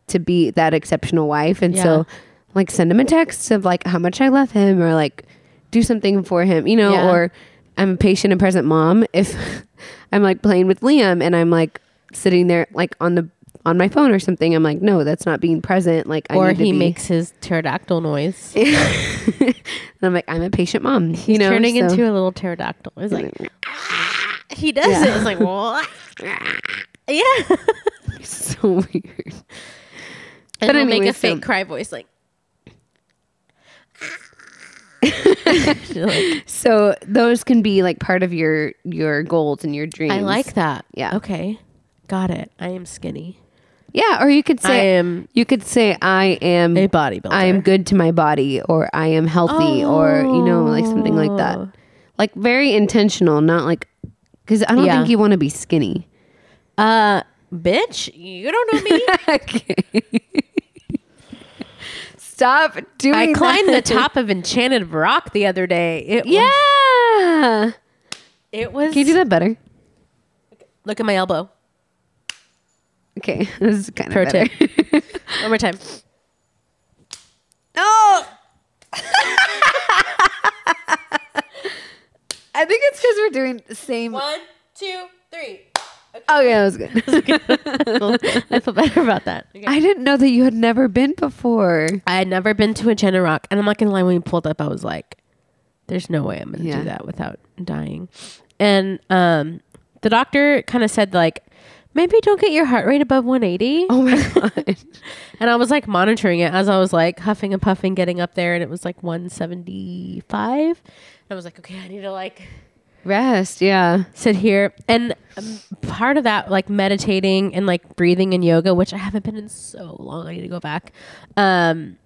B: to be that exceptional wife? And
A: Yeah.
B: so like send him a text of like how much I love him or like do something for him, you know,
A: Yeah.
B: or I'm a patient and present mom. If I'm like playing with Liam and I'm like sitting there like on the on my phone or something, I'm like, no, that's not being present. Like I
A: or
B: need to
A: he
B: be-
A: makes his pterodactyl noise.
B: and I'm like, I'm a patient mom.
A: He's
B: you know,
A: turning
B: so-
A: into a little pterodactyl. He's like, he does it. It's like, what? yeah.
B: so weird.
A: And
B: But
A: he'll make a
B: anyways,
A: fake
B: um,
A: cry voice, like.
B: So those can be like part of your your goals and your dreams.
A: I like that.
B: Yeah.
A: Okay. Got it. I am skinny.
B: Yeah, or you could
A: I
B: say
A: am
B: you could say I am
A: a bodybuilder.
B: I am good to my body or I am healthy or you know like something like
A: Oh.
B: that. Like very intentional, not like cuz I don't
A: Yeah.
B: think you want to be skinny.
A: Uh, bitch, you don't know me.
B: okay. Stop doing
A: I climbed the
B: that.
A: top of Enchanted Rock the other day. It was,
B: Yeah.
A: it was.
B: Can you do that better?
A: Look at my elbow.
B: Okay. This is kind
A: Pro
B: of better.
A: One more time.
B: No. I think it's because we're doing the same.
A: One, two, three.
B: Oh yeah, that was good.
A: I feel better about that.
B: I didn't know that you had never been before.
A: I had never been to a Jenna Rock, and I'm not gonna lie. When we pulled up, I was like, "There's no way I'm gonna
B: Yeah.
A: do that without dying." And um, the doctor kind of said like, "Maybe don't get your heart rate above 180."
B: Oh my god.
A: And I was like monitoring it as I was like huffing and puffing getting up there, and it was like 175. And I was like, "Okay, I need to like
B: Rest. Yeah.
A: sit here." And um, part of that, like meditating and like breathing and yoga, which I haven't been in so long, I need to go back. Um,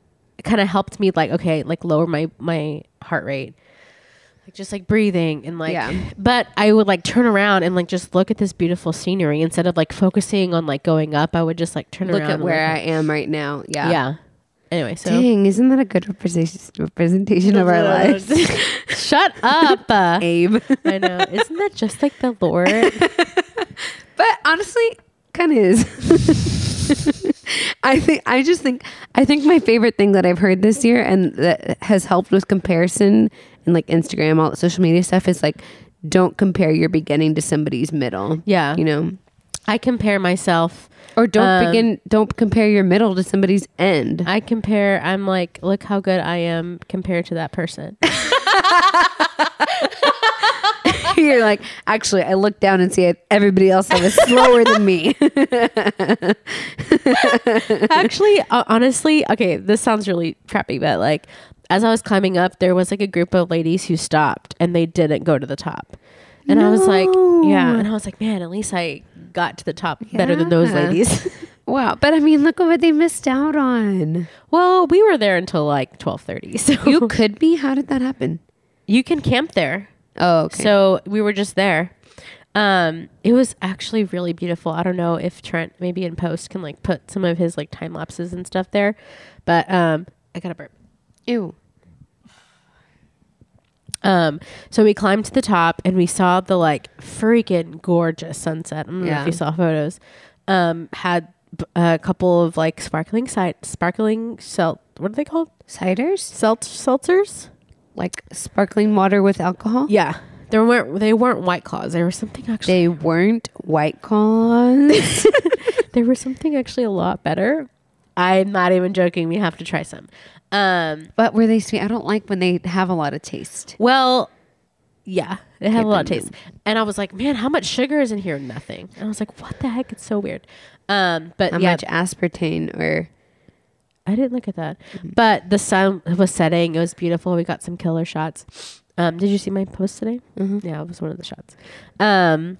A: kind of helped me like okay like lower my my heart rate like just like breathing and like
B: Yeah.
A: but i would like turn around and like just look at this beautiful scenery instead of like focusing on like going up i would just like turn
B: Look
A: around
B: at
A: and
B: where
A: look
B: I am right now. Yeah.
A: yeah anyway so
B: Dang, isn't that a good representation representation of our lives,
A: shut up uh,
B: Abe?
A: i know isn't that just like the lord
B: But honestly, kind of is. I think I just think I think my favorite thing that I've heard this year and that has helped with comparison and like Instagram, all that social media stuff is like don't compare your beginning to somebody's middle.
A: Yeah.
B: you know,
A: i compare myself
B: or don't
A: Um,
B: begin don't compare your middle to somebody's end.
A: i compare i'm like look how good i am compared to that person
B: You're like, actually, I look down and see it. everybody else that was slower than me.
A: Actually, uh, honestly, okay, this sounds really crappy, but like as I was climbing up, there was like a group of ladies who stopped and they didn't go to the top. And I was like, yeah. And I was like, man, at least I got to the top better than those
B: Yeah.
A: ladies.
B: wow. But I mean, look what they missed out on.
A: well, we were there until like 12:30. So
B: You
A: you,
B: could be. How did that happen?
A: you can camp there.
B: Oh, okay.
A: So we were just there. Um, it was actually really beautiful. I don't know if Trent maybe in post can like put some of his like time lapses and stuff there, but um, I got a burp.
B: ew.
A: Um, so we climbed to the top and we saw the like freaking gorgeous sunset. I don't know
B: Yeah.
A: if you saw photos. Um, had b- a couple of like sparkling sight sparkling selt. What are they called?
B: Ciders?
A: Selt seltzers.
B: Like sparkling water with alcohol?
A: Yeah, they weren't they weren't white claws. They were something actually.
B: They weren't white cons.
A: They were something actually a lot better. I'm not even joking. We have to try some. Um,
B: but were they sweet? I don't like when they have a lot of taste.
A: well, yeah, they have a lot of
B: then
A: taste. And I was like, man, how much sugar is in here? Nothing. And I was like, what the heck? It's so weird. Um, but
B: How
A: yeah,
B: much aspartame or
A: I didn't look at that. Mm-hmm. But the sun was setting. It was beautiful. We got some killer shots. Um, did you see my post today? Yeah, Mm-hmm. it was one of the shots. Um,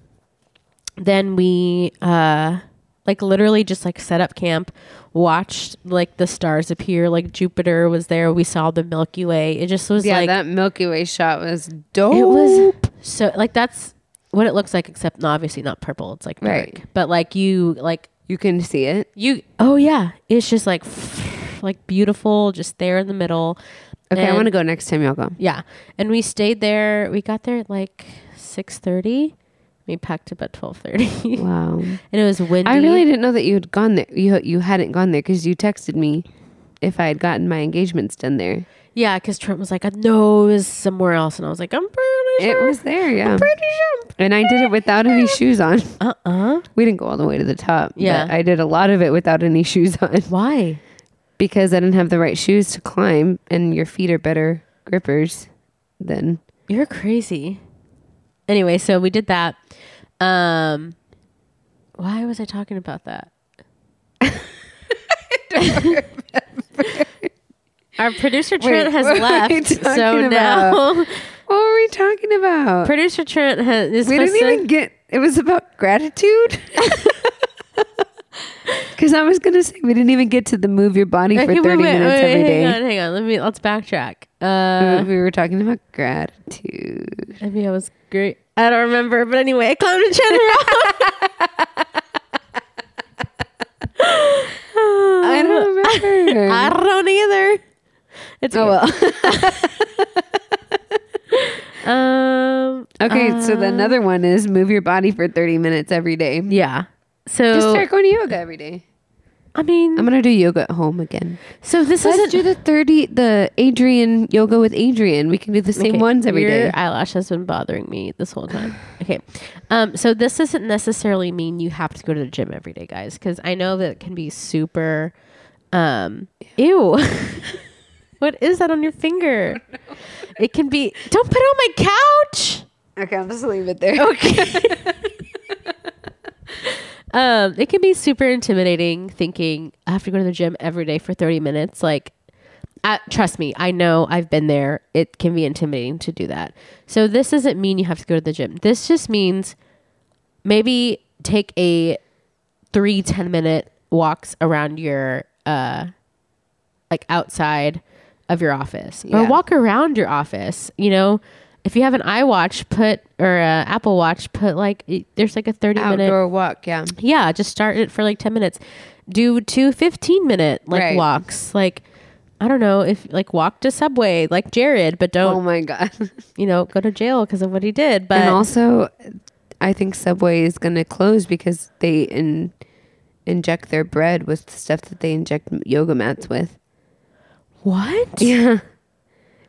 A: then we uh, like literally just like set up camp, watched like the stars appear. Like Jupiter was there. We saw the Milky Way. It just was
B: yeah,
A: like
B: that Milky Way shot was dope.
A: it was so like that's what it looks like. Except no, obviously not purple. It's like dark.
B: Right.
A: But like you like
B: You can see it.
A: you oh yeah it's just like like beautiful just there in the middle
B: Okay, I
A: And-
B: want to go next time y'all go.
A: yeah and we stayed there we got there at like 6.30 we packed up at 12.30
B: Wow.
A: and it was windy
B: I really didn't know that you had gone there. You you hadn't gone there because you texted me if I had gotten my engagements done there.
A: yeah because trent was like no it was somewhere else and i was like i'm pretty
B: It
A: sure
B: was there, yeah.
A: pretty sure
B: And I did it without any shoes on.
A: uh-uh
B: We didn't go all the way to the top. but
A: Yeah.
B: I did a lot of it without any shoes on
A: why
B: because I didn't have the right shoes to climb, and your feet are better grippers than.
A: You're crazy. Anyway, so we did that. Um why was I talking about that? Our producer Trent has
B: what are we
A: left.
B: talking
A: So now
B: What were we talking about?
A: producer Trent has is
B: we didn't
A: supposed to-
B: even get. It was about gratitude. Because I was gonna say we didn't even get to the move your body for
A: Okay, wait,
B: thirty
A: wait,
B: minutes
A: wait,
B: every day.
A: Hang on, hang on. Let me let's backtrack.
B: We-
A: Uh
B: we were talking about gratitude.
A: I mean I was great. I don't remember, but anyway, I climbed a general.
B: I don't remember.
A: I don't either. It's
B: oh
A: okay.
B: well.
A: Um.
B: Okay, so the another one is move your body for thirty minutes every day.
A: Yeah.
B: Just
A: So
B: start going to yoga every day.
A: I mean,
B: I'm gonna do yoga at home again.
A: so this
B: Let's
A: isn't
B: do the thirty, the Adrian yoga with Adrian. We can do the same
A: Okay,
B: ones every
A: your
B: day.
A: eyelash has been bothering me this whole time. Okay. Um. So this doesn't necessarily mean you have to go to the gym every day, guys, because I know that it can be super. Um. Ew. what is that on your finger? It can be. Don't put it on my couch.
B: Okay, I'll just leave it there.
A: Okay. um, it can be super intimidating thinking I have to go to the gym every day for 30 minutes. Like, I, trust me, I know I've been there. It can be intimidating to do that. So, this doesn't mean you have to go to the gym. This just means maybe take a three 10 minute walks around your, uh, like outside of your office or
B: Yeah.
A: walk around your office. You know, if you have an iWatch, put or an Apple Watch, put like it- there's like a 30 minute.
B: Outdoor walk, yeah.
A: Yeah, just start it for like 10 minutes. Do two 15 minute like
B: Right.
A: walks. Like, I don't know if like walk to Subway like Jared, but don't,
B: Oh my god.
A: you know, go to jail because of what he did. But
B: and also, I think Subway is gonna close because they in, inject their bread with stuff that they inject yoga mats with.
A: what?
B: Yeah.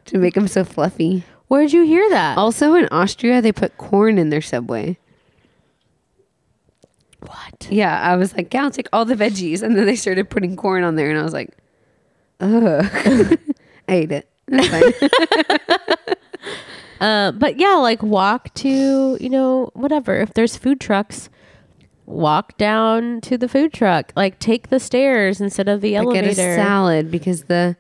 B: To make them so fluffy.
A: Where'd you hear that?
B: Also, in Austria, they put corn in their subway.
A: What?
B: Yeah, I was like, yeah, I'll take all the veggies. And then they started putting corn on there, and I was like, ugh. I ate it. That's fine.
A: Uh, but yeah, like walk to, you know, whatever. If there's food trucks, walk down to the food truck. Like take the stairs instead of the
B: I
A: elevator.
B: get a salad because the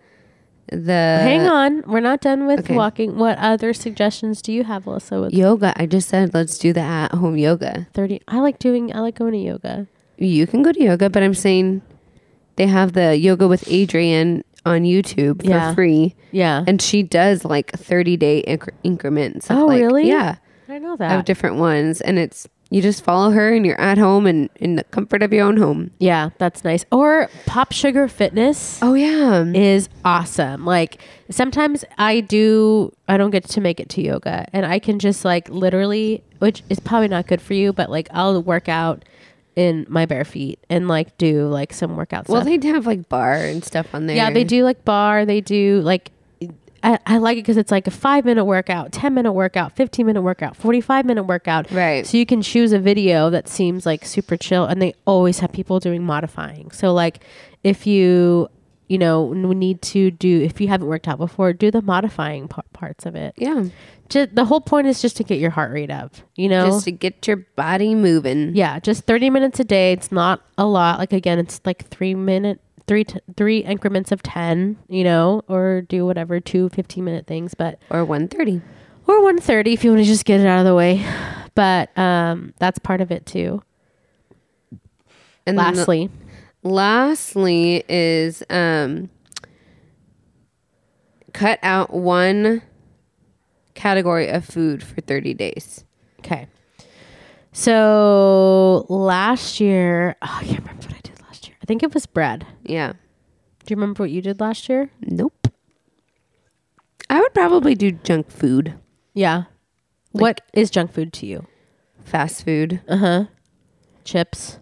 B: the
A: Hang on, we're not done with
B: okay.
A: walking. What other suggestions do you have, Alyssa? With
B: yoga. I just said let's do the at home yoga.
A: thirty, I like doing. I like going to yoga.
B: You can go to yoga, but I'm saying they have the yoga with Adrian on YouTube for
A: Yeah.
B: free,
A: Yeah,
B: and she does like 30 day incre- increments. of,
A: Oh,
B: like-
A: really?
B: Yeah,
A: I know
B: of
A: that.
B: different ones, and it's you just follow her, and you're at home and in the comfort of your own home.
A: yeah, that's nice. Or Pop Sugar Fitness.
B: Oh yeah,
A: is awesome. Like sometimes I do I don't get to make it to yoga and I can just like literally which is probably not good for you, but like I'll work out in my bare feet and like do like some workout
B: well
A: stuff.
B: they have like bar and stuff on there.
A: yeah, they do like bar, they do like I, I like it because it's like a five minute workout, 10 minute workout, 15 minute workout, 45 minute workout.
B: Right.
A: So you can choose a video that seems like super chill, and they always have people doing modifying. So, like, if you, you know, n- need to do, if you haven't worked out before, do the modifying par- parts of it.
B: Yeah,
A: Ju- the whole point is just to get your heart rate up, you know?
B: just to get your body moving.
A: yeah, just 30 minutes a day. It's not a lot. Like, again, it's like three minute. Three, t- three increments of 10, you know, or do whatever, two 15 minute things. But
B: or 130
A: or 130 if you want to just get it out of the way but um that's part of it too
B: and then the-
A: lastly
B: lastly is um cut out one category of food for 30 days
A: okay so last year oh, i can't remember what i did last year i think it was bread
B: yeah
A: do you remember what you did last year
B: nope i would probably do junk food
A: yeah what is junk food to you
B: fast food
A: chips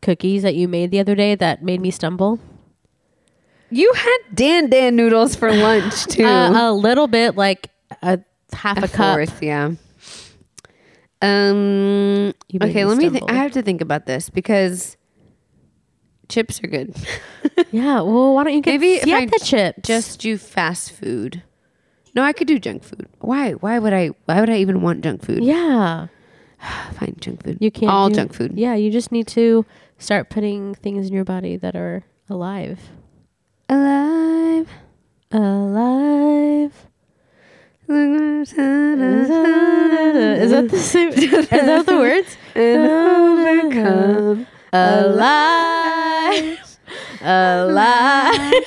A: cookies that you made the other day that made me stumble
B: you had dan dan noodles for lunch too
A: uh, a little bit like a half a, cup
B: fourth yeah um
A: You made
B: okay
A: me
B: let me think
A: stumble.
B: i have to think about this because chips are good
A: yeah well why don't you get
B: Maybe if I
A: Siete chips
B: just do fast food. No, I could do junk food. Why? Why would I? Why would I even want junk food?
A: yeah
B: Fine, junk food.
A: You can't
B: all
A: do-
B: junk food.
A: Yeah, you just need to start putting things in your body that are alive.
B: Alive.
A: Alive. Is that the same? Is that the words?
B: Overcome.
A: Alive. Alive.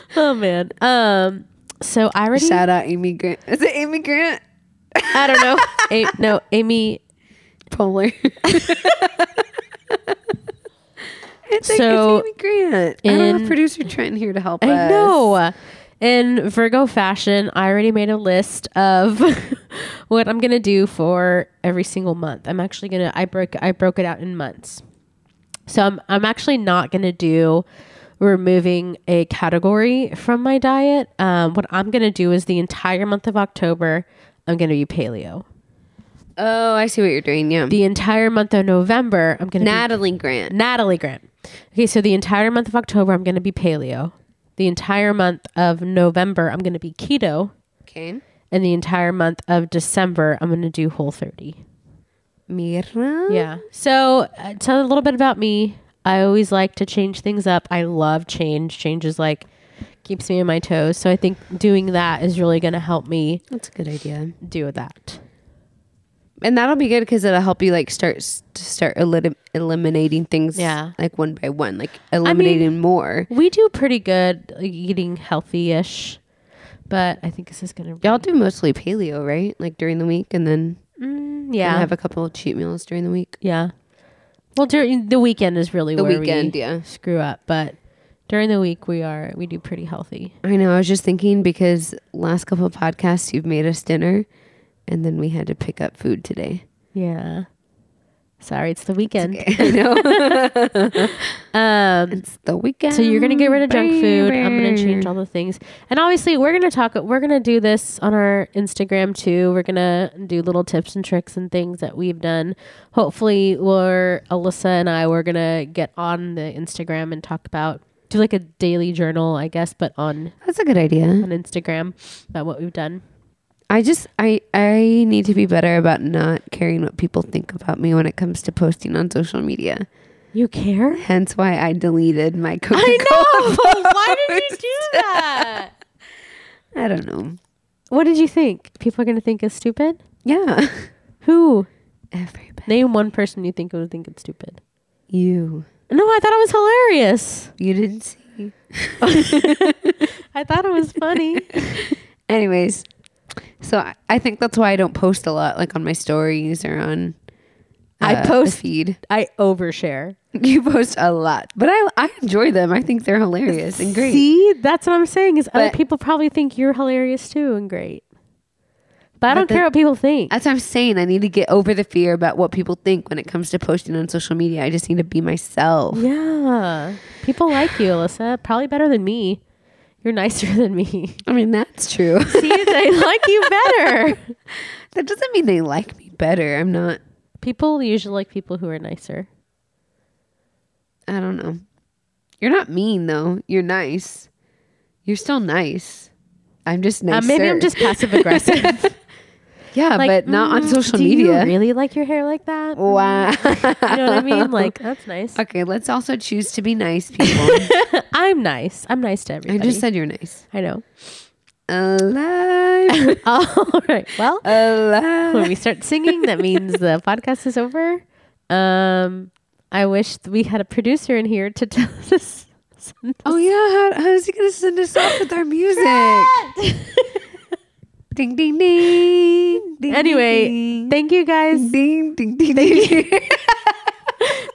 A: oh man. Um. So I already.
B: Shout out Amy Grant. Is it Amy Grant?
A: I don't know. A- no, Amy.
B: Polar. I think
A: So,
B: it's Amy Grant. I don't
A: in-
B: have producer Trent here to help
A: I
B: us.
A: know. In Virgo fashion, I already made a list of what I'm gonna do for every single month. I'm actually gonna I broke I broke it out in months. So I'm I'm actually not gonna do removing a category from my diet. Um, what I'm gonna do is the entire month of October, I'm gonna be paleo.
B: Oh, I see what you're doing. Yeah.
A: The entire month of November, I'm gonna be
B: Natalie Grant.
A: Natalie Grant. Okay, so the entire month of October, I'm going to be paleo. The entire month of November, I'm going to be keto.
B: Okay.
A: And the entire month of December, I'm going to do Whole 30.
B: Mira.
A: Yeah. So, uh, tell a little bit about me. I always like to change things up. I love change. Change is like keeps me on my toes. So, I think doing that is really going to help me
B: That's a good idea.
A: do that.
B: and that'll be good because it'll help you like start s- to start elim- eliminating things
A: Yeah.
B: like one by one like eliminating more
A: We do pretty good like, eating healthy ish, but I think this is going to.
B: y'all do mostly paleo right like during the week and then yeah.
A: mm, Yeah.
B: have a couple of cheat meals during the week
A: Yeah. Well, during the weekend is really
B: the
A: where
B: weekend
A: we
B: yeah
A: screw up, but during the week we are we do pretty healthy.
B: i know i was just thinking because last couple of podcasts you've made us dinner and then we had to pick up food today
A: Yeah. Sorry, it's the weekend.
B: i know
A: Um
B: it's the weekend
A: so you're gonna get rid of junk food. I'm gonna
B: baby.
A: change all the things, and obviously we're gonna talk. We're gonna do this on our Instagram too. We're gonna do little tips and tricks and things that we've done. Hopefully, we're Alyssa and I. We're gonna get on the Instagram and talk about do like a daily journal, I guess, but on
B: That's a good idea.
A: on Instagram about what we've done.
B: I just I I need to be better about not caring what people think about me when it comes to posting on social media.
A: You care?
B: Hence why I deleted my Coca-Cola.
A: I know. but Why did you
B: post.
A: do that?
B: I don't know.
A: what did you think? People are gonna think it's stupid.
B: Yeah.
A: Who?
B: Everybody.
A: Name one person you think would think it's stupid.
B: You.
A: No, I thought it was hilarious.
B: You didn't see.
A: I thought it was funny.
B: Anyways, so I, I think that's why I don't post a lot, like on my stories or on. uh,
A: I
B: the
A: post-
B: feed.
A: I overshare.
B: You post a lot, but I I enjoy them. I think they're hilarious and great.
A: See, that's what I'm saying. Is other
B: But-
A: people probably think you're hilarious too and great. But I don't
B: the-
A: care what people think.
B: That's what I'm saying. I need to get over the fear about what people think when it comes to posting on social media. I just need to be myself.
A: yeah, people like you, Alyssa. Probably better than me. You're nicer than me.
B: I mean, that's true.
A: See, they like you better.
B: that doesn't mean they like me better. I'm not,
A: People usually like people who are nicer.
B: I don't know. You're not mean, though. You're nice. You're still nice. I'm just
A: Uh,
B: nice.
A: maybe I'm just passive aggressive.
B: Yeah,
A: Like,
B: but not on
A: "Mm,
B: social
A: do
B: media.
A: You really like your hair like that? Mm.
B: wow.
A: You know what I mean? Like that's nice.
B: okay, let's also choose to be nice people.
A: I'm nice. I'm nice to
B: I
A: everybody.
B: just said you're nice.
A: I know.
B: Alive.
A: All right. Well, when
B: Alive.
A: we start singing, that means the podcast is over. Um, I wish th- we had a producer in here to tell us.
B: Oh, yeah. How, how is he going to send us off with our music? Oh, Ding ding ding. ding
A: anyway,
B: ding,
A: thank you guys.
B: ding ding ding ding. ding.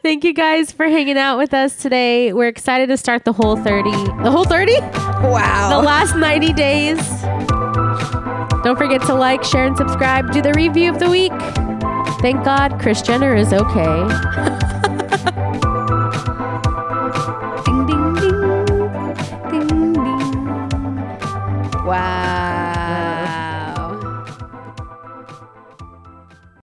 A: Thank you guys for hanging out with us today. We're excited to start the whole 30. The whole 30? The
B: wow.
A: last 90 days. Don't forget to like, share, and subscribe. Do the review of the week. Thank God Chris Jenner is okay.
B: Ding ding ding. Ding ding. Wow.